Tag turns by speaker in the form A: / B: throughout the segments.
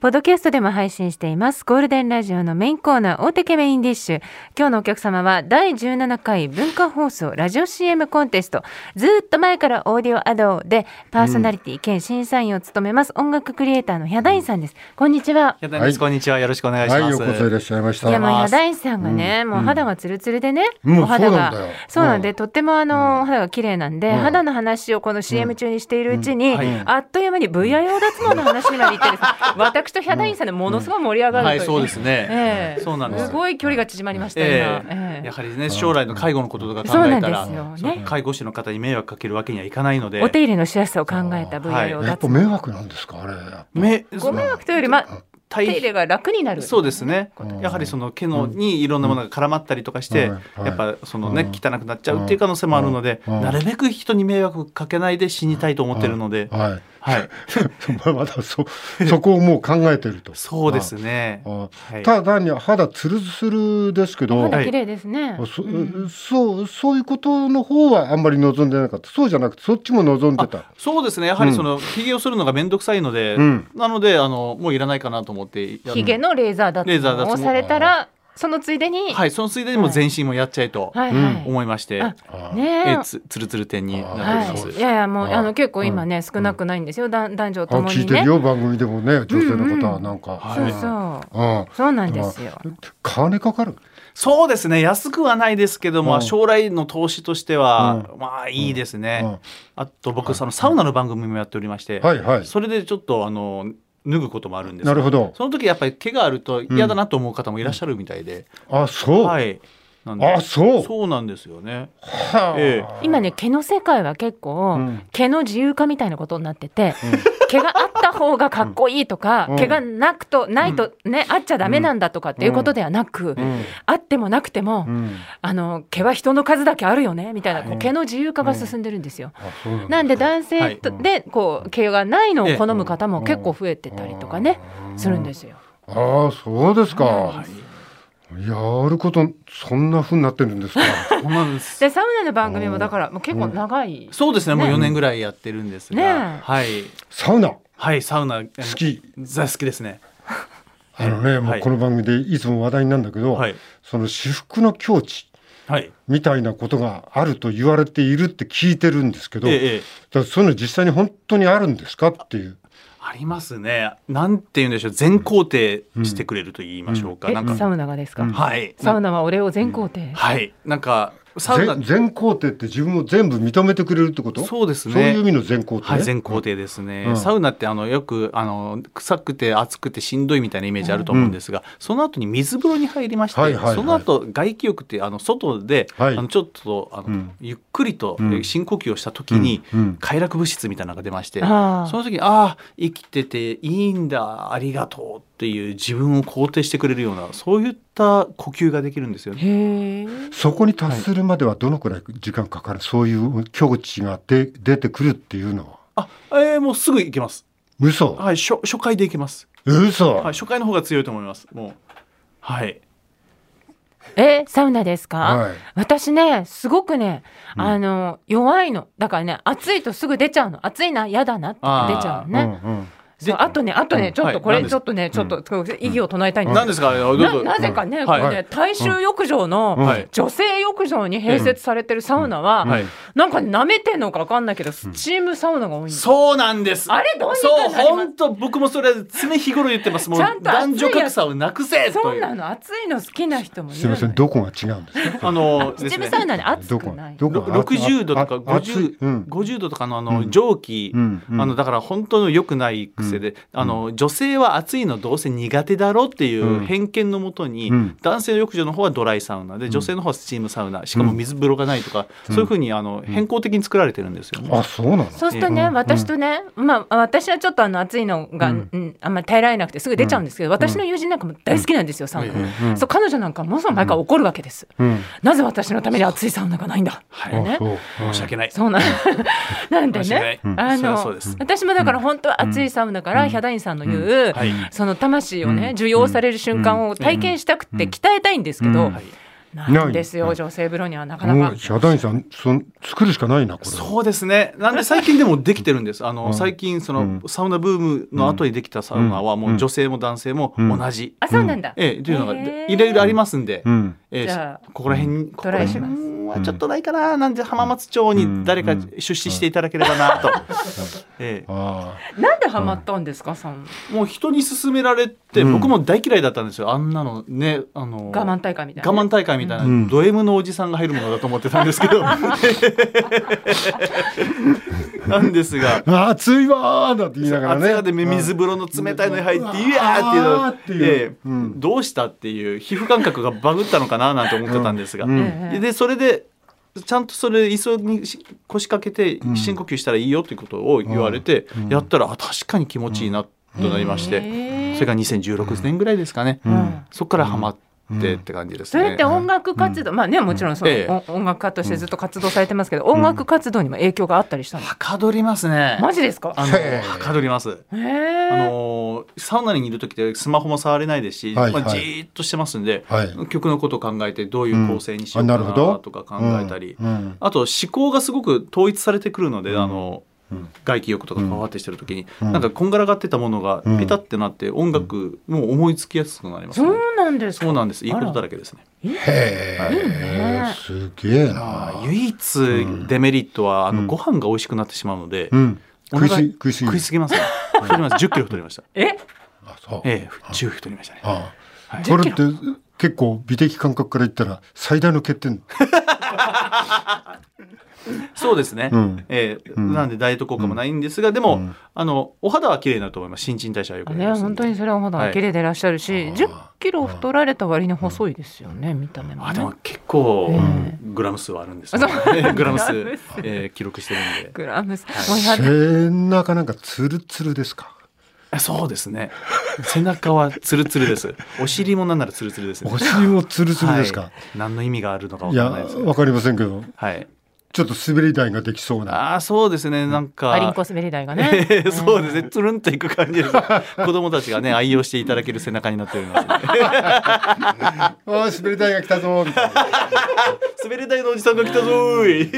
A: ポッドキャストでも配信しています。ゴールデンラジオのメインコーナー、大手メインディッシュ。今日のお客様は、第17回文化放送ラジオ CM コンテスト。ずーっと前からオーディオアドで、パーソナリティ兼審査員を務めます、音楽クリエイターのヒャダインさんです。こんにちは。
B: やだです、
C: はい
B: こんにちは。よろしくお願いします。
C: はい、ようこそいらっしゃいまし
A: いやもう
C: た。
A: ヒャダインさんがね、もう肌がツルツルでね、
C: うん
A: お肌が
C: そうなんだよ
A: そうなんで、とってもあの、お肌が綺麗なんで、肌の話をこの CM 中にしているうちに、
B: はい
A: あっという間に VIO 脱毛の話にまで行ってですね私とヒャダインさんでものすごい盛り上がると
B: は
A: いう
B: い、
A: ね
B: そうですね。
A: ええ
B: そうなんですよ
A: すごい距離が縮まりました、
B: え
A: 今。
B: え
A: ええ
B: やはりね、将来の介護のこととか考えたら、
A: そうなんですよね
B: その介護士の方に迷惑かけるわけにはいかないので
A: お、手入れのしやすさを考えた
B: は
A: VIO
B: い
C: やっ
A: 脱
C: ぱ
A: 毛、
C: 迷惑なんですかあれ。やっぱ
B: め、
A: ご迷惑というより、まあ、お手
B: 大
A: 入れが楽になる。
B: そうですね
C: こと。
B: やはりその毛のにいろんなものが絡まったりとかして、
C: うん
B: やっぱそのね、
C: うん
B: 汚くなっちゃうっていう可能性もあるので、
C: うん
B: なるべく人に迷惑かけないで死にたいと思ってるので、
C: はい。
B: はい。
C: まあ まだそそこをもう考えてると。
B: そうですね。
C: あ。
B: はい
C: ただ単に肌ツルツルですけど
A: 肌、
B: はい
A: 綺麗ですね。
C: そ
A: うん
C: そうそういうことの方はあんまり望んでなかった。そうじゃなくてそっちも望んでた。
B: そうですね。やはりその、髭をするのがめんどくさいので、
C: うん
B: なので、あの、もういらないかなと思ってやって、
A: ヒゲのレーザー脱
B: レーザー
A: 毛
B: 脱毛
A: をされたら、そのついでに、
B: はい、そのついでにもう全身もやっちゃえと
A: はいはい
B: 思いまして、
A: あ
C: あ
A: ね
B: え
A: え
B: ーつつるつる点になっており
A: は
B: ます。
A: い、いやいやもう
C: あ
A: あの結構今ね少なくないんですよ、だん男女
C: あ
A: とも
C: 聞
A: に
C: いて
A: ね
C: る。よ番組でもね女性の方はなんか。
A: そう
B: はい
A: そう
C: うん。
A: そうなんですよ。
C: まあ金かかる。
B: そうですね安くはないですけども、
C: うん
B: 将来の投資としては、まあいいですね、
C: うん
B: あと僕、そのサウナの番組もやっておりまして、
C: はいはい。
B: それでちょっとあの脱ぐこともあるんです
C: なるほど。
B: その時やっぱり毛があると嫌だなと思う方もいらっしゃるみたいで、
C: あそう。
B: はいなんで
C: あそう。
B: そうなんですよね
C: はあ
B: え
A: 今ね毛の世界は結構、
C: うん
A: 毛の自由化みたいなことになってて、毛があった方がかっこいいとか、
C: うん
A: 毛がなくとないとね、あっちゃダメなんだとかっていうことではなく、
C: うん
A: あってもなくても、
C: うん
A: あの毛は人の数だけあるよねみたいな、こう
C: うん
A: 毛の自由化が進んでるんですよ。
C: あそうなんだ
A: なんで男性と
B: は
A: でこう毛がないのを
B: ええ
A: 好む方も結構増えてたりとかね、するんですよ。
C: ああそうですか、やることそんな風になってる んですか
B: そうなんです
A: でサウナの番組もだからもう結構長い、
B: そうですねもう
A: ね
B: 4年ぐらいやってるんですが、
A: ねえ
B: はい
C: サウナ好
B: はいサウナ好
C: き
B: 大好きですね
C: あのね、も
B: は
C: う
B: い
C: この番組でいつも話題になるんだけど、
B: はい
C: その私服の境地
B: はい
C: みたいなことがあると言われているって聞いてるんですけど、
B: ええええ
C: だからそういうの実際に本当にあるんですかっていう
B: ありますね。なんて言うんでしょう。全工程してくれると言いましょうか。
A: え
B: なんか、
A: サウナがですか、
B: はい。
A: サウ
B: ナ。
A: ナは俺を全肯定、
B: はい。なんか、サウナ
C: 全、全工程って自分を全部認めてくれるってこと
B: そうですね
C: そういう意味の全工程、
B: はい、全工程ですね。
C: うん
B: サウナって、あの、よく、あの、臭くて暑くてしんどいみたいなイメージあると思うんですが、その後に水風呂に入りまして、
C: はいはいはい
B: その後、外気浴って、あの、外で、
C: はい
B: あのちょっと、あの、
C: うん
B: ゆっくりと
C: うん
B: 深呼吸をした時に、
C: うんうん
B: 快楽物質みたいなのが出まして、
A: あー
B: その時に、ああ、生きてていいんだ、ありがとうっていう自分を肯定してくれるような、そういった呼吸ができるんですよね。
A: へえ
C: そこに達するまではどのくらい時間かかる、そういう境地がで出てくるっていうのは
B: あ、えー、もうすぐ行けます。
C: 嘘、
B: はい、初初回で行けます。
C: 嘘、
B: はい、初回の方が強いと思います。もう。はい。
A: えサウナですか、
C: はい
A: 私ねすごくねあの、弱いのだからね暑いとすぐ出ちゃうの暑いな嫌だなって出ちゃうのね
C: うんうん
A: そうあとねあとね、
B: うん
A: ちょっ
B: は
A: と
B: い
A: これ、
B: 何です
A: ちょっとねちょっと、意義を唱えたいんです
B: 何
A: け
B: ですか、あれどう
A: ど、
B: ぞ。
A: ななぜかね、
B: うん
A: これね、
C: はい
A: 大衆浴場の、
C: うん
B: はい
A: 女性浴場に併設されてるサウナは、
B: んはい
A: なんか舐めてんのか分かんないけど、スチームサウナが多いんです
B: そうなんです。
A: あれどうにかな
B: そう、
A: ります
B: 本当僕もそれは常日頃言ってます。もう
A: ちゃんと熱いや
B: 男
A: つ
B: 女格差をなくせという。
A: そうなの暑いの好きな人もいる
C: すみませんどこが違うんですか
B: あの、
A: スチーム
B: です
A: サウ
B: ね
A: ナで暑
C: ど
A: く
C: こ
A: ない
C: どこが
B: 六十度とか
C: ああ
B: 五十
C: うん
B: 五十度とかのあ
C: う
B: の
C: ん
B: 蒸気、
C: うんうん
B: あのだから本当の良くない癖性で、あの女性は暑いのどうせ苦手だろってい
C: うん
B: う偏見のもとに、
C: うん
B: 男性の浴場の方はドライサウナで女性の方はスチームサウナしかも水風呂がないとか、
C: うん
B: そういうふうにあの変更的に作られてるんですよね。
C: あそうなの
A: そうするとね、
C: うん
A: 私とね、まあ、私はちょっとあの暑いのが、
C: うん
A: うんあんまり耐えられなくてすぐ出ちゃうんですけど、私の友人なんかも大好きなんですよ、サウナ。
B: うん
C: うん
A: そう彼女なんかものすごい毎回怒るわけです、
C: うん
A: なぜ私のために暑いサウナがないんだ
B: はい、
C: あ
A: ね
C: そう
B: 申し訳ない。
A: そうなんなんで
B: 申し訳な
A: ね
B: い。
C: うん
A: あ
B: そりゃ
A: の
B: そうです。
A: 私もだから本当は暑いサウナから、
C: うん
A: ヒャダインさんの言う、
B: はい。
A: その魂をね、
C: うん
A: 受容される瞬間を体験したくて鍛えたいんですけど、
C: うん
B: はい
A: ないんですよ、
C: ない
A: 女性風呂にはなかな
C: も
A: か
C: う。ヒャダインさんその作るしかないなこれ
B: そうですね。なんで最近でもできてるんです。あの、
C: うん
B: 最近そうの
C: ん
B: サウナブームの後にできたサウナは
C: うん
B: もう女性も男性も
C: うん
B: 同じ。
A: あ、そうなんだ。
B: ええというのが
A: へえ
B: いろいろありますんで、
C: うん
B: ええ
A: じゃあ
B: ここら辺にここ
A: ト
B: ら
A: ライ
B: 辺
A: します。
B: はちょっとないかななんで浜松町に誰か
C: うん
B: 出資していただければなと、 え
C: あ
A: なんでハマったんですか、さん。
B: えもう人に勧められて、
C: うん
B: 僕も大嫌いだったんですよあんなのねあの
A: 我慢大会みたいな。
B: 我慢大会みたいな、
C: うん
B: ド M のおじさんが入るものだと思ってたんですけどなんですが
C: あ暑いわーなんて言いながら
B: 暑
C: ね
B: い中で水風呂の冷たいのに入って、
C: う
B: い
C: ん
B: やーっていうの
C: うわーっていう
B: で
C: うん
B: どうしたっていう皮膚感覚がバグったのかななんて思ってたんですが、
C: うん
A: ええ
B: でそれでちゃんとそれ急にし腰掛けて
C: うん
B: 深呼吸したらいいよっていうことを言われて、
C: うん
B: やったらあ確かに気持ちいいなとなりまして、
A: へー
B: それが2016年ぐらいですかね、
C: うん
A: うん
B: そこからハマってって感じです
A: それ
B: ね。
A: って音楽活動、まあね、もちろんその、
B: ええ
A: お音楽家としてずっと活動されてますけど、音楽活動にも影響があったりしたの、
B: はかどりますね。
A: マジですか
B: あの
C: へえ
B: はかどります。
A: へ
B: あ
A: え。
B: のーサウナにいる時ってスマホも触れないですし、
C: はいはい
B: まあ、じーっとしてますんで、
C: はい
B: 曲のことを考えてどういう構成にしよう
C: うん
B: か
C: あなるほど
B: なとか考えたり、
C: うんうん
B: あと思考がすごく統一されてくるので、
C: うん
B: あの
C: うん
B: 外気浴とかパワーってしてる時に、
C: うん
B: なんかこんがらがってたものが
C: うん
B: ペタってなって音楽も思いつきやすくなります
A: そ
B: ね、
A: うなんですか。
B: そうなんですいいこ
A: あ
B: とだ
A: ら
B: らけですね
C: へ
A: は
C: え
A: い
C: すげえ
B: まあ
C: な
B: 唯一デメリットは、
C: うん
B: あのご飯が美味しくなってしまうので、
C: うん
B: お
C: 食い
B: 腹
C: すぎ食いすぎ
B: 食いすぎますね太ります10キロ太りました
A: え、
C: あそう
B: ええ10太りましたね
C: ああ
B: はい
C: これって結構美的感覚から言ったら最大の欠点
B: そうですね、
C: うん
B: ええ
C: うん
B: なんでダイエット効果もないんですが、でも、
C: うん
B: あのお肌は綺麗になると思います新陳代謝はよくなり
A: ね、
B: ますん
A: 本
B: で
A: 当にそれはまだ綺麗でいらっしゃるし、
C: はい
A: 10キロ太られた割に細いですよね、見た目も、
B: あ
A: ね。
B: でも結構
A: え
B: グラム数はあるんですよ、
A: あそう
B: ね、グラム数
A: グラム数、
B: えー記録してるんで
A: グラムス、
B: い
A: もうやだ
C: 背中なんかツルツルですか
B: あそうですね背中はツルツルですお尻もなんならツルツルですね
C: お尻もツルツルですか、
B: はい、何の意味があるのかわ
C: い、
B: から
C: や
B: ないです
C: わかりませんけど
B: はい
C: ちょっと滑り台ができそうな
B: ああそうですねなんか
A: アリンコ滑り台がね。
B: えー そうですね、つるんといく感じです。子供たちがね、愛用していただける背中になっております、
C: あー滑り台が来たぞみたいな
B: 滑り台のおじさんが来たぞーい。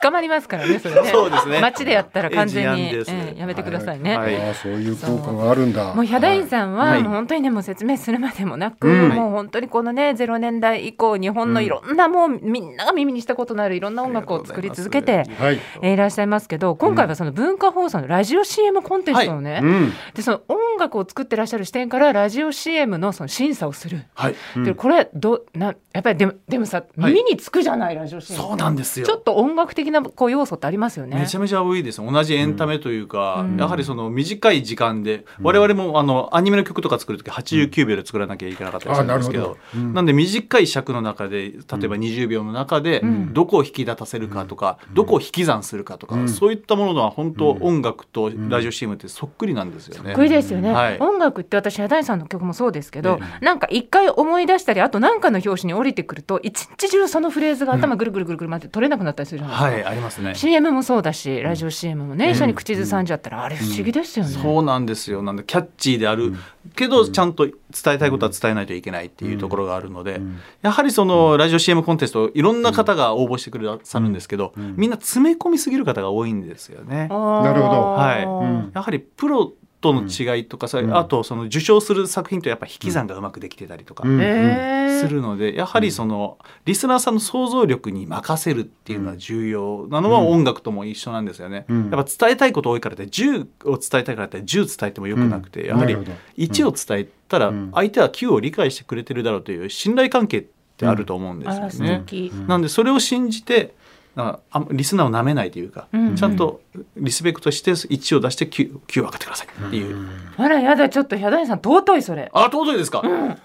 A: 捕まりますからね、それね。
B: そうですね
A: 街でやったら完全に、
B: ええ事案ですね
A: ええやめてくださいね。
B: はい
C: あーそういう効果があるんだ
A: もうヒャダインさんは、
B: はい
A: もう本当にねもう説明するまでもなく、
C: うん
A: もう本当にこのね0年代以降日本のいろんな、もうみんなが耳にしたことのあるいろんな音楽を作り続けて
C: はい、はい
A: えーいらっしゃいますけど今回はその文化放送のラジオ CM コンテストをね、
C: うん
A: でその音楽を作ってらっしゃる視点からラジオ CM のその審査をする、
B: はい、
C: うん
A: でこれどなやっぱりでもでもさ
B: はい
A: 耳につくじゃない、ラジオ CM
B: そうなんですよ。
A: ちょっと音楽的なこう要素ってありますよね
B: めちゃめちゃ多いです同じエンタメというか、
A: うん
B: やはりその短い時間で、我々もあのアニメの曲とか作る時89秒で作らなきゃいけなかったりするんですけ
C: あな
B: ど
C: るほどうん
B: なんで短い尺の中で例えば20秒の中で、
A: ん
B: どこを引き立たせるかとか、どこを引き算するかとか、
C: うん
B: そういったものは本当、音楽とラジオ CM ってそっくりなんですよね。
A: かっこいいですよね、
B: はい
A: 音楽って私ヒャダインさんの曲もそうですけど、
B: え
A: なんか一回思い出したりあと何かの表紙に降りてくると一日中そのフレーズが頭ぐるぐるぐるぐる回って取れなくなったりするじゃないですか、
B: はいありますね
A: CM もそうだしラジオ CM もね、
B: うん
A: 一緒に口ずさんじゃったらあれ不思議ですよね、
B: そうなんですよなんでキャッチーであるけどちゃんと伝えたいことは伝えないといけないっていうところがあるので、やはりそのラジオ CM コンテストいろんな方が応募してくださるんですけど、みんな詰め込みすぎる方が多いんですよね。
A: あー
C: なるほど
B: はい
C: うん
B: やはりプロとの違いとか、さあとその受賞する作品とやっぱ引き算がうまくできてたりとか
C: うん
A: えー
B: するので、やはりそのリスナーさんの想像力に任せるっていうのは重要なのは音楽とも一緒なんですよね。
C: うん
B: やっぱ伝えたいこと多いからって10を伝えたいからって10伝えてもよくなくて、
C: うん
B: やはり
C: なるほど
B: 1を伝えたら
C: うん
B: 相手は9を理解してくれてるだろうという信頼関係ってあると思うんですよ
A: あ
B: ね。
A: ら素敵、
B: なんでそれを信じてなんかあんリスナーをなめないというか、
A: うんうん
B: ちゃんとリスペクトして1を出して 9, 9を上げてくださいっていう、
A: あらやだちょっとヒャダインさん尊いそれ
B: あ尊いですか、そうなんです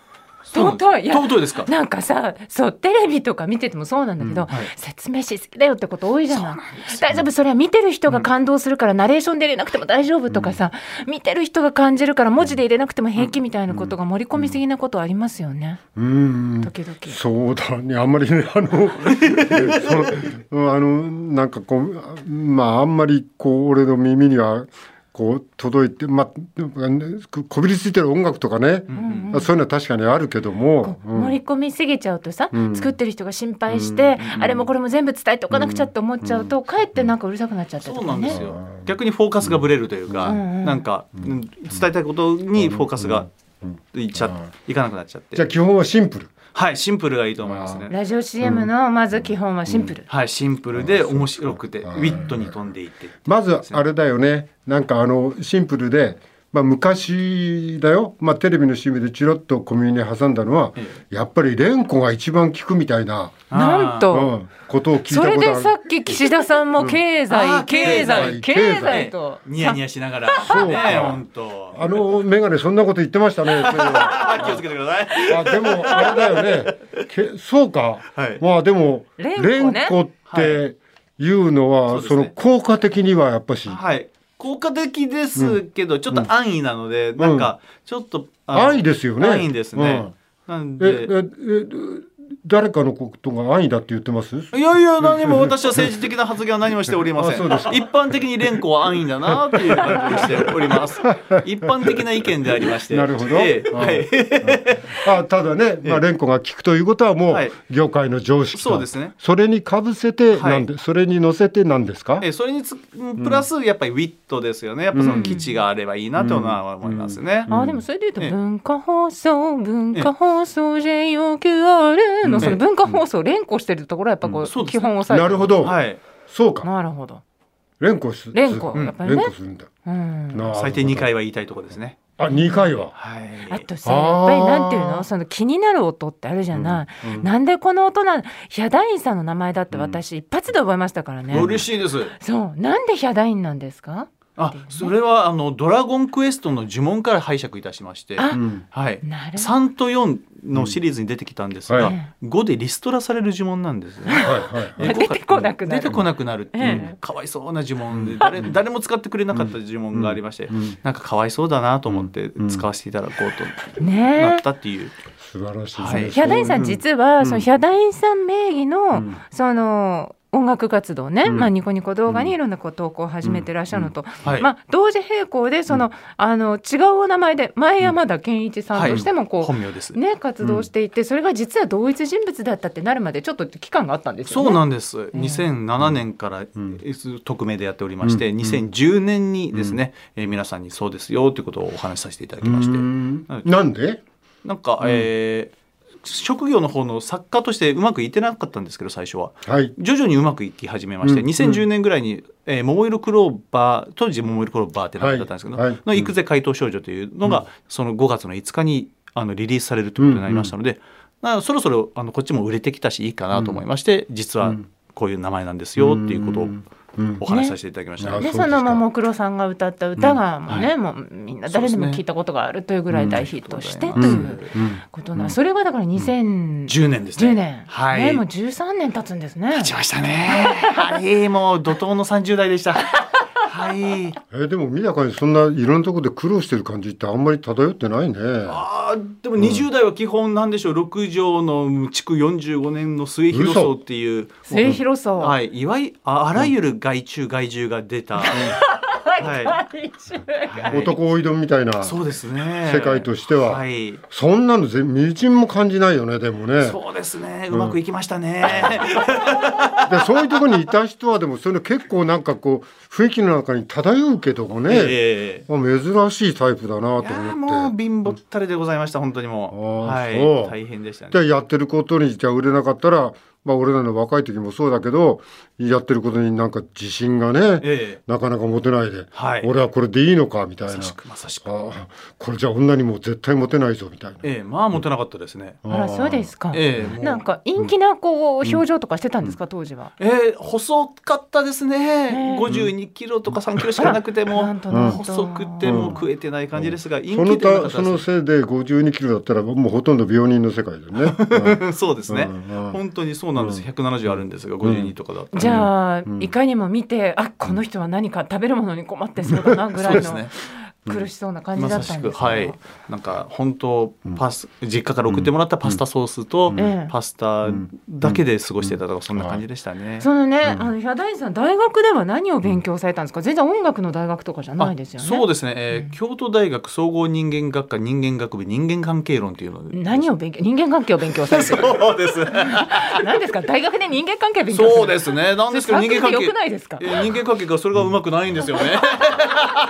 A: 尊いいや
B: 尊いですか
A: なんかさそうテレビとか見ててもそうなんだけど、
B: はい
A: 説明しすぎだよってこと多いじゃない大丈夫それは見てる人が感動するから、ナレーションで入れなくても大丈夫とかさ、見てる人が感じるから文字で入れなくても平気みたいなことが盛り込みすぎなことありますよね、
C: うん
A: 時々。
C: そうだねあんまりねあの そのあのなんかこうまああんまりこう俺の耳にはこう届いてまあねここびりついてる音楽とかね、そういうのは確かにあるけども、うん
A: 盛り込みすぎちゃうとさ、
C: うん
A: 作ってる人が心配して、あれもこれも全部伝えておかなくちゃって思っちゃうと、かえってなんかうるさくなっちゃったり
B: そ
A: と
B: う
A: か
B: なん
A: ね
B: ですよ、逆にフォーカスがぶれるというか、
A: んうん
B: なんか、うん伝えたいことにフォーカスがいっちゃ、いかなくなっちゃって
C: じゃあ基本はシンプル。
B: はいシンプルがいいと思いますね
A: ラジオ CM のまず基本はシンプル、
B: はいシンプルで面白くてウィットに飛んでいって
C: まずあれだよねなんかあのシンプルで、まあ、昔だよ、まあ、テレビの CM でチロッと小耳に挟んだのは、やっぱり蓮子が一番効くみたいな、
A: なん
C: う
A: と、
C: ん、ことを聞いた
A: そ
C: ことあ
A: れ
C: る
A: でさっき岸田さんも経済、
B: うんあー
A: 経済
C: 経済
A: 経済
C: 経
A: と
B: ニヤニヤしながら
C: そう
B: ね
C: か
B: 本当
C: あの眼鏡そんなこと言ってましたね。そういえば
B: あ気をつけてください
C: あでもあれだよね。けそうか、
B: はい
C: まあでも
A: 連
C: 連
A: 呼
C: 呼,、
A: ね
C: っていうのは、
B: はい
C: そ
B: そうです
C: の
B: ね
C: 効果的にはやっぱし、
B: はい効果的ですけど、ちょっと安易なので、なんかちょっとあの
C: 安易ですよね
B: 安易ですね、なん
C: え
B: で
C: ええ誰かのことが安易だって言ってます？
B: いやいや何も私は政治的な発言は何もしておりません
C: あそうですか
B: 一般的に連呼は安易だなっていう感じにしており ます一般的な意見でありまして
C: なるほど
B: ええ
C: うん
B: はい、
C: あただね、まあ連呼が効くということはもう
B: はい
C: 業界の常識と、
B: そうですね
C: それにかぶせて
B: はい
C: なんで、それに乗せてなんですか？
B: ええそれにつプラスやっぱりウィットですよねやっぱその基地があればいいなというのは思いますね、
A: あーでもそれで言う
B: ええ
A: と文化放送文化放送 JOQR のその文化放送を連呼してるところはやっぱこ
B: うんそう
A: う
B: です
A: 基本を押さえ
C: な
A: て
C: るほど、
B: はい
C: そうか
A: なるほど、
C: 連呼す
A: 連呼
C: すうん
A: やっぱりね
C: 連呼するんだ。
A: うん、
C: なるほど
B: 最低2回は言いたいところですね
C: あ二回は。
B: はい
A: あとさ
C: あ
A: やっ
C: ー
A: ぱりなんていうのその気になる音ってあるじゃない、なんでこの音なのヒャダインさんの名前だって私一発で覚えましたからね、
B: 嬉しいです
A: そうなんでヒャダインなんですか
B: あそれはあのドラゴンクエストの呪文から拝借いたしまして
A: あ
C: うん
B: はい
A: なるほど
B: 3と4のシリーズに出てきたんです
C: うん
B: が、
C: はい
B: 5でリストラされる呪文なんですね。
C: はいはい。
B: え
A: 出てこなくなる
B: 出てこなくなるっていう、
A: ええ
B: かわいそうな呪文で誰誰も使ってくれなかった呪文がありまして、
C: ん
B: なんかかわいそうだなと思って使わせていただこうと
A: ね
B: な
A: え
B: ったっていう、
C: 素晴らしい
B: はい
C: です
A: ヒ
C: ね。
A: ャダインさん実は、そのヒャダインさん名義の、
C: ん
A: その音楽活動ね、まあ、ニコニコ動画にいろんなこう投稿を始めてらっしゃるのと、
B: はい
A: まあ、同時並行でその、あの違うお名前で前山田健一さんとしてもこう、
B: 本名です、
A: ね、活動していて、それが実は同一人物だったってなるまでちょっと期間があったんですよね。
B: そうなんです、2007年から、えー匿名でやっておりまして、2010年にですね、えー皆さんにそうですよということをお話しさせていただきまして、
C: なんで？
B: なんか、えー職業の方の作家としてうまくいってなかったんですけど最初は
C: はい。
B: 徐々にうまくいき始めまして、
C: うん
B: 2010年ぐらいに「えー桃色クローバー」当時「桃色クローバー」って名前だったんですけど、
C: はいはい
B: の「行くぜ怪盗少女」というのが、その5月の5日にあのリリースされるということになりましたので、まあそろそろあのこっちも売れてきたしいいかなと思いまして、実はこういう名前なんですよっていうことをお話しさせていただきました。
C: ね
A: で
C: そうですか
A: そのももクロさんが歌った歌がもうね、
B: は
A: もうみんな誰でも
B: そうですね
A: 聞いたことがあるというぐらい大ヒットしてと
B: うん
A: いうことな、それがだから2010
B: 10年ですね。
A: 年、
B: はい。
A: ね、もう13年経つんですね
B: 立ちましたね。はい、もう怒涛の30代でした。はい。
C: えーでも見た感じそんないろんなところで苦労してる感じってあんまり漂ってないね。
B: あーでも20代は基本なんでしょう、6畳の築45年の末広層っていう
A: 末広さ、
B: はい、いわゆああらゆる害虫害獣が出た、は
A: 大衆
B: いはい
C: 男追い丼みたいな、
B: そうですね
C: 世界としては
B: はい
C: そんなの全微塵も感じないよねでもね。
B: そうですねうま くいきましたね、
C: でそういうところにいた人はでもそういうの結構なんかこう雰囲気の中に漂うけどもね、
B: ええ
C: まあ珍しいタイプだなと思っ
B: い
C: て。
B: やーもう貧乏ったれでございました本当にもう
C: あー
B: はい
C: そう
B: 大変でしたね
C: でやってることにじゃあ売れなかったらまあ、俺らの若い時もそうだけどやってることになんか自信がね、
B: ええ
C: なかなか持てないで、
B: はい
C: 俺はこれでいいのかみたいな
B: まさしくまさしく
C: ああこれじゃ女にも絶対モテないぞみたいな。
B: ええまあモテなかったですね、
A: あらそうですか、
B: ええもう
A: なんか陰気なこう表情とかしてたんですか、当時は。
B: ええ細かったです
A: え
B: ね、
A: え
B: 52キロとか3キロしかなくても、
A: なんとなんと
B: 細くても食えてない感じですが、陰
C: そ
B: 気
C: の
B: ではなか
C: た
B: った
C: そ
B: で
C: の
B: す
C: せいで52キロだったらもうほとんど病人の世界だよね。
B: うん そうですね、
C: うんうん
B: 本当にそうなんです170あるんですが52とかだったら
A: じゃあ、
C: うん
A: いかにも見てあこの人は何か食べるものに困ってそうだなぐらい
B: そう
A: の
B: です
A: 苦しそうな感じ
B: ま
A: だっ
B: さ
A: た
B: し
A: ん
B: く
A: です
B: はいなんか本当パス、実家から送ってもらったパスタソースと、
C: うん
B: パスタだけで過ごしてたとかそんな感じでしたね。
A: そのね、あのヒャダインさん大学では何を勉強されたんですか全然音楽の大学とかじゃないですよね
B: あそうですね、えー京都大学総合人間学科人間学部人間関係論っていうので
A: 何を勉強人間関係を勉強されてる
B: そうですね
A: 何ですか大学で人間関係勉強する
B: そうですねなんですけど
A: それ
B: 人間関
A: サークルで
B: 係
A: 良くない ですか
B: えー人間関係がそれがうまくないんです よね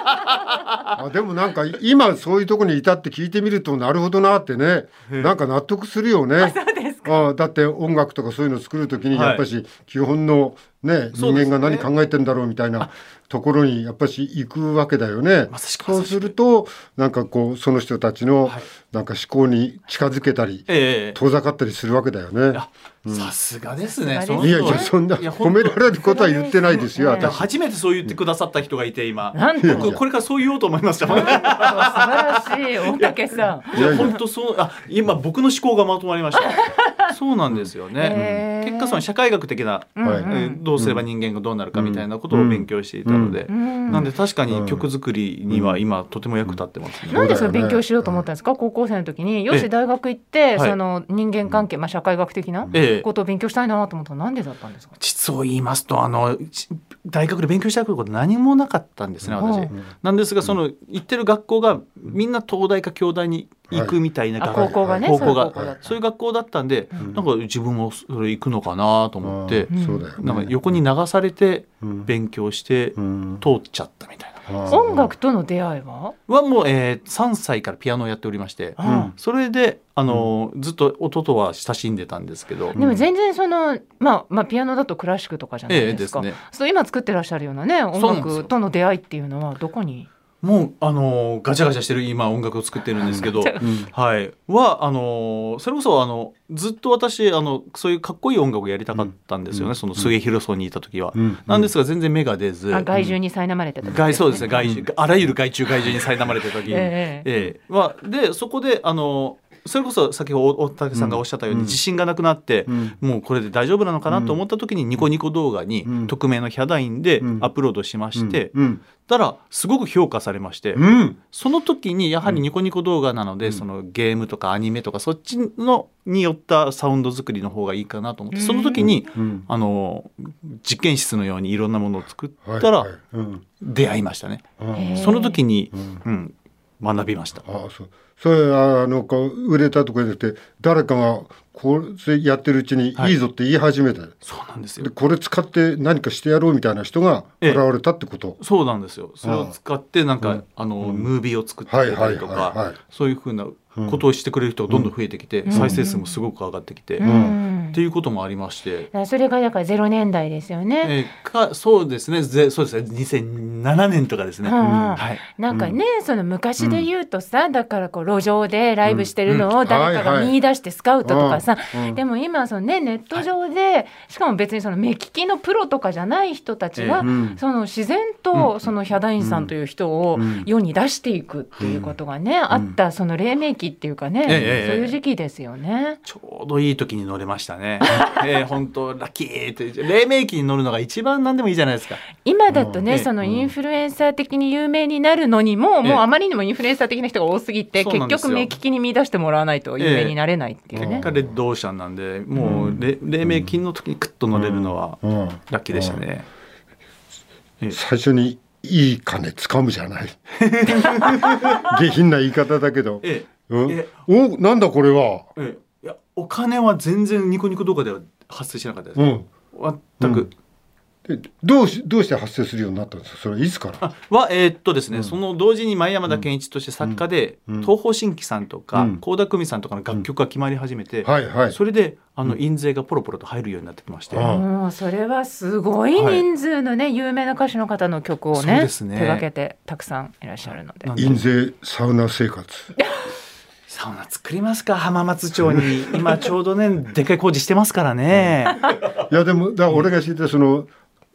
C: あでもなんか今そういうとこにいたって聞いてみるとなるほどなってねなんか納得するよね。
A: そうです
C: あだって音楽とかそういうの作るときに
B: はい
C: やっぱし基本の、ね、
B: そう
C: 人
B: ですね
C: 間が何考えてんだろうみたいなところにやっぱし行くわけだよね
B: まさし。く
C: そうするとなんかこうその人たちの
B: はい
C: なんか思考に近づけたり
B: ええ
C: 遠ざかったりするわけだよね。
B: あさすがですね
A: さすが
B: その
A: ですね
C: いやいやそんない
B: や本
C: 褒
B: 当
C: められることは言ってないですよ
A: そうですね
C: 私。
B: 初めてそう言ってくださった人がいて今
A: なんと
B: 僕これからそう言おうと思いました
A: 素晴らしい大竹さん
C: いやいや
B: 本当そうあ今僕の思考がまとまりましたそうなんですよ
A: へ
B: ね、
A: ー
B: 結果その社会学的な、
C: はい
A: うん
B: えーどうすれば人間がどうなるかみたいなことを勉強していたので、
A: ん
B: なんで確かに曲作りには今とても役立ってますね、
A: なんでそれ
C: そうだ
A: 勉
C: よね
A: 強しようと思ったんですか、高校生の時によ
B: え
A: し
B: え
A: 大学行って、
B: はい
A: その人間関係、まあ、社会学的な
B: ええ
A: ことを勉強したいなと思ったのなんでだったんですか、
B: 実を言いますとあのち大学で勉強したいこと何もなかったんですね私、
A: うん
B: なんですがその行ってる学校がみんな東大か京大に行くみたいな
A: あ
B: 学
A: 高校がね
B: 高校が
A: そういう高校だった
B: そういう学校だったんで、なんか自分もそれ行くのかなと思って、
C: うんそうだよね
B: なんか横に流されて
C: うん
B: 勉強して
C: うん
B: 通っちゃったみたいな。
C: あー
A: 音楽との出会いは、
B: はもう、えー3歳からピアノをやっておりまして、
A: あ
B: それで、あのーずっと音とは親しんでたんですけど、
A: あでも全然その、まあまあ、ピアノだとクラシックとかじゃない
B: ええ
A: ですか、
B: ですね
A: そう今作ってらっしゃるようなね音
B: そうなんですよ
A: 楽との出会いっていうのはどこに
B: もう、あのーガチャガチャしてる今音楽を作ってるんですけど、
C: うん
B: はい、はあのーそれこそあのずっと私あのそういうかっこいい音楽をやりたかったんですよね、その末広荘にいた時は、
C: うん
B: なんですが全然芽が出ず、
A: あ害獣に苛まれてた時
B: 害そうですね害獣あらゆる害虫害獣に苛まれてた時に、
A: え
B: え
A: え
B: えまあでそこであのそれこそ先ほど大竹さんがおっしゃったように、自信がなくなって、
C: ん
B: もうこれで大丈夫なのかなと思った時に、ニコニコ動画に、
C: うん
B: 匿名のヒャダインで
C: うん
B: アップロードしまして、
C: うん
B: たらすごく評価されまして、
C: うん
B: その時にやはりニコニコ動画なので、そのゲームとかアニメとかそっちのによったサウンド作りの方がいいかなと思って、その時に、
C: うん
B: あの実験室のようにいろんなものを作ったら
C: はいはいうん
B: 出会いましたね。
C: あー
A: へえ
B: その時に、
C: ん
B: うん、学びました。
C: ああそうそれはあのこう売れたとかじゃなくて誰かがこれやってるうちに
B: はい
C: いいぞって言い始めた、
B: そうなんです
C: で
B: よ。
C: これ使って何かしてやろうみたいな人が
B: ええ
C: 現れたってこと、
B: そうなんですよ。それを使ってなんか、あの、ムービーを作ってくれたりと
C: はいはいはいは
B: か
C: い、
B: そういうふうなことをしてくれる人がどんどん増えてきて、再生数もすごく上がってきて、っ
A: うん
B: ていうこともありまして。
A: それがだからゼロ年代ですよね、
B: えーかそうですねぜそうですね2007年とかですね、
A: うんうん
B: はい
A: なんかね、その昔で言うとさ、だからこう路上でライブしてるのを誰かが見出してスカウトとかさ、でも今その、ね、ネット上で、しかも別にその目利きのプロとかじゃない人たちが、
B: ええ
C: うん
A: その自然とそのヒャダインさんという人を世に出していくっていうことがね、あったその黎明期っていうかね、
B: ええ
A: そういう時期ですよね。
B: ちょうどいい時に乗れましたね えー本当ラッキーって黎明期に乗るのが一番何でもいいじゃないですか
A: 今だとね、
B: うんええ
A: そのインフルエンサー的に有名になるのにも、
B: ええ
A: もうあまりにもインフルエンサー的な人が多すぎて、
B: そうな
A: 結
B: んです
A: 局
B: よ
A: 目利きに見出してもらわないと有名になれないっていう
B: 結
A: ね。
B: 果レッドオーシャンなんでもうれ黎明期の時にクッと乗れるのは
C: うん
B: ラッキーでしたね、
C: 最初にいい金掴むじゃない 下品な言い方だけど、
B: え
C: うん
B: え
C: おなんだこれは、
B: えええいやお金は全然ニコニコ動画では発生しなかったです、
C: うん
B: 全く、
C: でどうしどうして発生するようになったんですかそれはいつから
B: は、えーっとですね、その同時に前山田健一として作家で、
C: うんうん
B: 東方神起さんとか
C: うん
B: 倖、田來未さんとかの楽曲が決まり始めて、
C: はいはい
B: それであの印税がポロポロと入るようになってきまして、
C: ああ
A: もうそれはすごい人数のね、有名な歌手の方の曲を
B: そう
A: ね
B: ですね
A: 手がけてたくさんいらっしゃるので
B: なんで
C: 印税サウナ生活
B: サウナ作りますか浜松町に今ちょうどね でっかい工事してますからね。
C: いやでもだから俺が知ったその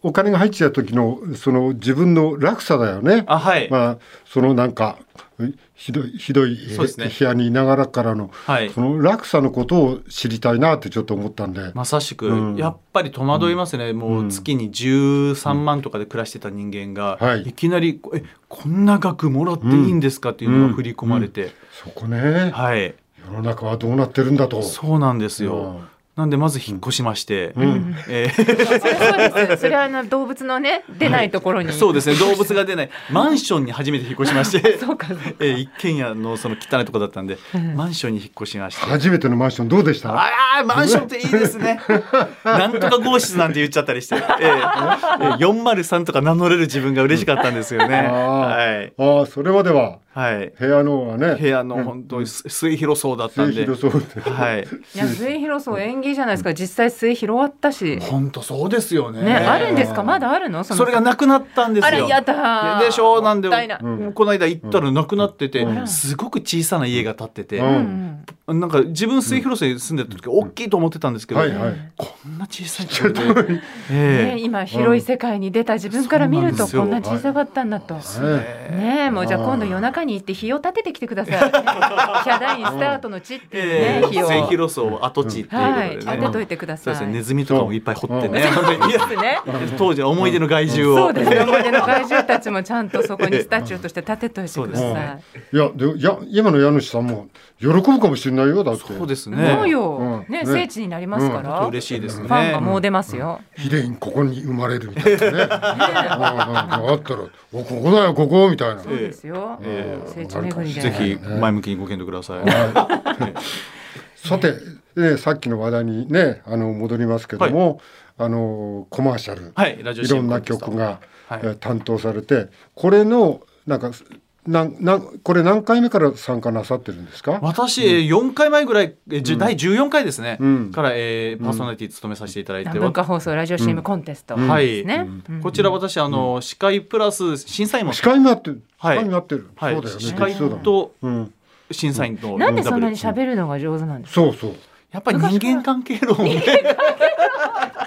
C: お金が入ってた時のその自分の落差だよね
B: あはい、
C: まあそのなんかひどいひどい
B: そうですね
C: 部屋にいながらからの
B: はい
C: その落差のことを知りたいなってちょっと思ったんで、
B: まさしく、
C: うん
B: やっぱり戸惑いますね、もう月に13万とかで暮らしてた人間が、
C: うんはい
B: いきなり「えこんな額もらっていいんですか?」っていうのが振り込まれて、
C: そこね
B: はい
C: 世の中はどうなってるんだと
B: そうなんですよ、
C: うん
B: なんでまず引っ越しまして、
C: ん
B: えー
A: それはそうですそれはあの動物のね出ないところに、
B: そうですね動物が出ないマンションに初めて引っ越しまして
A: そうかそうか
B: えー一軒家のその汚いとこだったんで、マンションに引っ越しまして。
C: 初めてのマンションどうでした
B: あらーマンションっていいですね。なんとか号室なんて言っちゃったりして、ええええ403とか名乗れる自分が嬉しかったんですよね。はい。
C: あーそれまでは
B: はい。
C: 部屋のはね
B: 部屋の本当にす水広そうだったん
C: 末
B: で。
C: 広そうで、
B: はい。
A: いや末広そう演技じゃないですか実際末広わったしね、
B: 本当そうですよね。
A: あるんですかまだあるのその
B: それがなくなったんですよ。
A: あらやだー
B: でしょなんで
A: もったいない
C: うん
B: この間行ったらなくなってて、
C: うん
B: すごく小さな家が建ってて、
C: うん
A: うん
B: なんか自分水広瀬に住んでた時大きいと思ってたんですけど、
C: はいはい
B: こんな小さいところで、え
A: ね、
B: え
A: 今広い世界に出た自分から見ると
B: そ
A: こ
B: うん
A: な
B: な
A: ん
B: です
C: よ
A: 小さかったんだと。
C: ね
A: ねえもうじゃあ今度夜中に行って日を立ててきてください。 ヒャダインスタートの地っていう
B: え
A: ね
B: え
A: 日を。
B: 水広瀬を跡地って
A: はい
B: いう
A: 立
B: ことでね、
A: てといてくだ
B: そ
A: さ
B: うです
A: い。
B: ねネズミとかもいっぱい掘ってね、 いや
A: ね。
B: 当時は思い出の害獣を、
A: そうですね。思い出の怪獣たちもちゃんとそこにスタチューとして立てといて
B: そう
A: くだ
B: です
A: さい。
C: いやでいや今の家主さんも喜ぶかもしれないよだって
B: そうですね
A: そうよ
C: ね。
A: ね
C: ね
A: 聖地になりますか
B: ちょっと
A: ら。
B: 嬉しいですね
A: ファンがもう出ますよ。
C: ヒデインここに生まれるみたいなねああったら「おここだよここ」みたいな
A: そうですよ。聖地巡りで。
B: ぜひ前向きにご検討ください、
C: さて、ね、さっきの話題にねあの戻りますけども、あのコマーシャル、
B: はいラジオ
C: い
B: CM
C: ろんな曲が、
B: はい
C: えー担当されてこれのなんかなんなんこれ何回目から参加なさってるんですか
B: 私、えー4回前ぐらい、えーじゅ第14回ですね、
C: うん
B: から、えーパーソナリティ務めさせていただいて、
A: 文化放送ラジオ CM コンテスト
B: は
A: で
B: い、
A: すね。うん
B: こちら私あの、司会プラス審査員も
C: 司会になってる司
B: はい
C: 会になってる、
B: はい
C: そうだよね
B: 司会
C: そうだもん
B: と
C: うん、
B: 審査員の
A: なんでそんなに
B: ダブ
A: 喋
B: ル
A: るのが上手なんですか。
C: そうそう
B: やっぱり人間関係論をね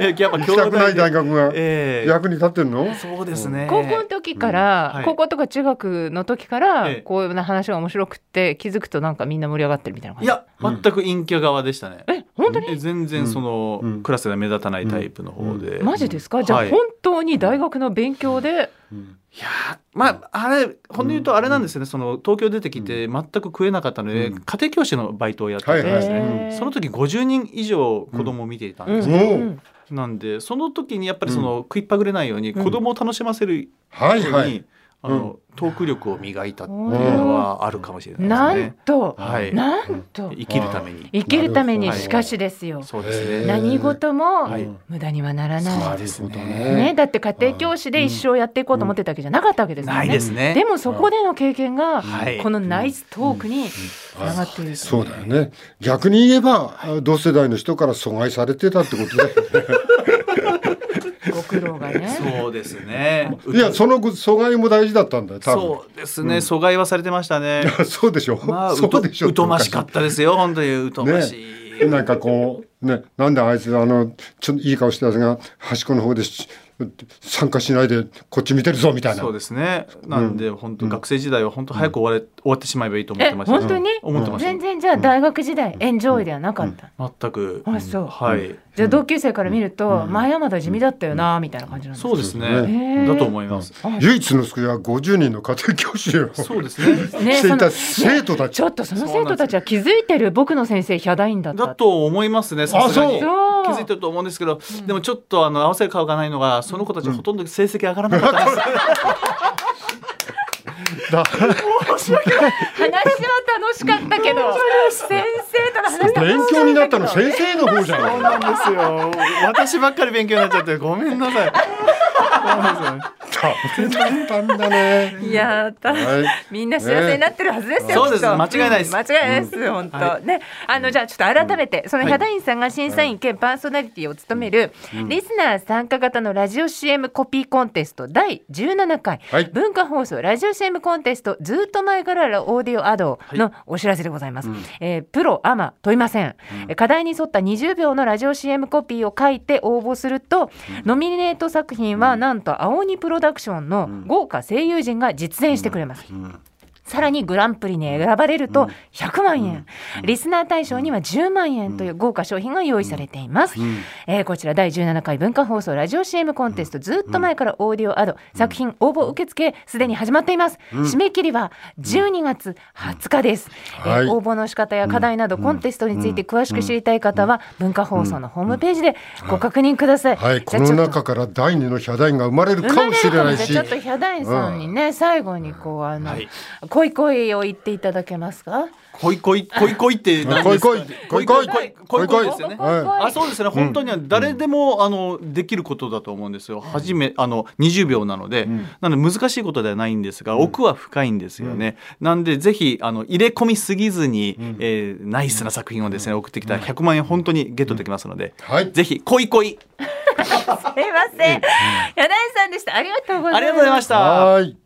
B: えやっぱ
C: 行きたくない大
B: 学
C: 学が
B: ええ
C: 役に立ってるの、
B: そうですね
A: 高校の時から、
B: うんはい
A: 高校とか中学の時から、
B: ええ
A: こういう話が面白くって気づくとなんかみんな盛り上がってるみたいな感
B: い
A: じ
B: や全く陰キャ側でしたね
A: え本当に、
B: え全然その、
C: うん
B: クラスでは目立たないタイプの方で、
A: マジですかじゃあ、
B: はい
A: 本当に大学の勉強で、
B: いやーまああれ本音言うとあれなんですよね、その東京出てきて全く食えなかったので、
C: うん
B: 家庭教師のバイトをやってたん
C: はいはい
B: ですね、
A: えー
B: その時50人以上子供を見ていたんです、
C: うんおう
A: うん
B: なんでその時にやっぱりその、食いっぱぐれないように子供を楽しませる
C: は
B: よう
C: い
B: に、
C: はい
B: あのトーク力を磨いたっていうのはあるかもしれな
A: ない
B: です
A: ん
B: ね。
A: と、
B: はい
A: なんと
B: 生きるために。
A: 生きるために
B: なるほ
A: し
B: ど
A: かしですよ、
B: そうです
C: へー
B: ね。
A: 何事も
B: はい
A: 無駄にはならない、
B: そうです
C: なるほど
B: ね。
C: ね
A: ね、だって家庭教師で一生やっていこうと思ってたわけじゃなかったわけですよね。
B: ないですね。
A: でもそこでの経験が、
B: はい
A: このナイストークにつながっている、
C: そうだよね逆に言えばあ同世代の人から阻害されてたってことだよね
A: ご苦労がね。
B: そうですね。
C: いや、その阻害も大事だったんだよ、多分。
B: そうですね。阻害はされてましたね。
C: そうでしょ、
B: まあ、う
C: そう
B: と
C: でしょ
B: うとましかったですよ。本当にうとましい。
C: 昔なんかこう、ね、なんであいつ、あの、ちょっといい顔してたやつが、端っこの方でし参加しないで、こっち見てるぞ、みたいな。
B: そうですね。なんで、本当学生時代は本当早く終われ、終わってしまえばいいと思っ
A: え
B: てました。
A: 本当に、
B: 思ってまし
A: 全然じゃあ大学時代、エンジョイではなかった、
B: た。全く。
A: あそう
B: はい。
A: じゃあ同級生から見ると、前山田地味だったよなみたいな感じなんです
B: そうです
C: そうです
A: ね
B: ね。だと思います。
C: 唯一の救いは50人の家庭教師を
B: そうですね。
A: ね
C: して
A: そ
C: い
A: の
C: た生徒たち。
A: ちょっとその生徒たちは気づいてる僕の先生ヒャダインだった
B: だと思いますね。さすがに気
A: そう
B: づいてると思うんですけど、でもちょっとあの合わせる顔がないのがその子たちほとんど成績上がらなかったです。
C: だ
A: 話は楽しかったけど先生から話が
C: 勉強になったの先生の方 じ
B: そう
C: ゃ。
B: なんんですよ。私ばっかり勉強になっちゃって、ごめんなさい。
C: ダメだったんだね。
A: いやーた、
C: はい
A: みんな幸せになってるはずですよ、
B: ねそうです
A: きっと
B: 間違いないです
A: うん間違いないです本当、ねあのじゃあちょっと改めて、そのヒャダインさんが審査員兼パーソナリティを務める、リスナー参加型のラジオ CM コピーコンテスト第17回、
C: はい
A: 文化放送ラジオ CM コンテストずっと前かららオーディオアドのお知らせでございます、えープロアマ問いません、えー課題に沿った20秒のラジオ CM コピーを書いて応募すると、ノミネート作品はなんと青鬼プロダクションの豪華声優陣が実演してくれます、さらにグランプリに選ばれると100万円、リスナー対象には10万円という豪華商品が用意されています、えーこちら第17回文化放送ラジオ CM コンテストずっと前からオーディオアド作品応募受付すでに始まっています、締め切りは12月20日です、え
C: はい
A: ー応募の仕方や課題などコンテストについて詳しく知りたい方は文化放送のホームページでご確認ください、
C: はい、
A: じゃ
C: こ
A: あ
C: の
A: ちょっと
C: 中から第二のヒャダインが生まれる
A: 生
C: か
A: ま
C: も
A: れ
C: し
A: る
C: れ
A: か
C: な
A: も
C: い
A: し
C: し
A: れないちょっとヒャダインさんにね、最後にこうあの、
B: はい
A: 恋恋を言っていただけますか
B: こいこい、こいこいって何
C: こ
B: で
C: い
B: すか。
C: こいこいこい
B: こいこいこいですよね。
C: は
B: あそうですね本当には誰でも、あのできることだと思うんですよ。初めあの20秒なので、なので難しいことではないんですが、奥は深いんですよね。なんでぜひあの入れ込みすぎずに、えーナイスな作品をですね送ってきたら100万円本当にゲットできますので、
C: はい
B: ぜひこいこい
A: すいませんヒャダインさんでしたありがとうございました
B: ありがとうございました。
C: はい。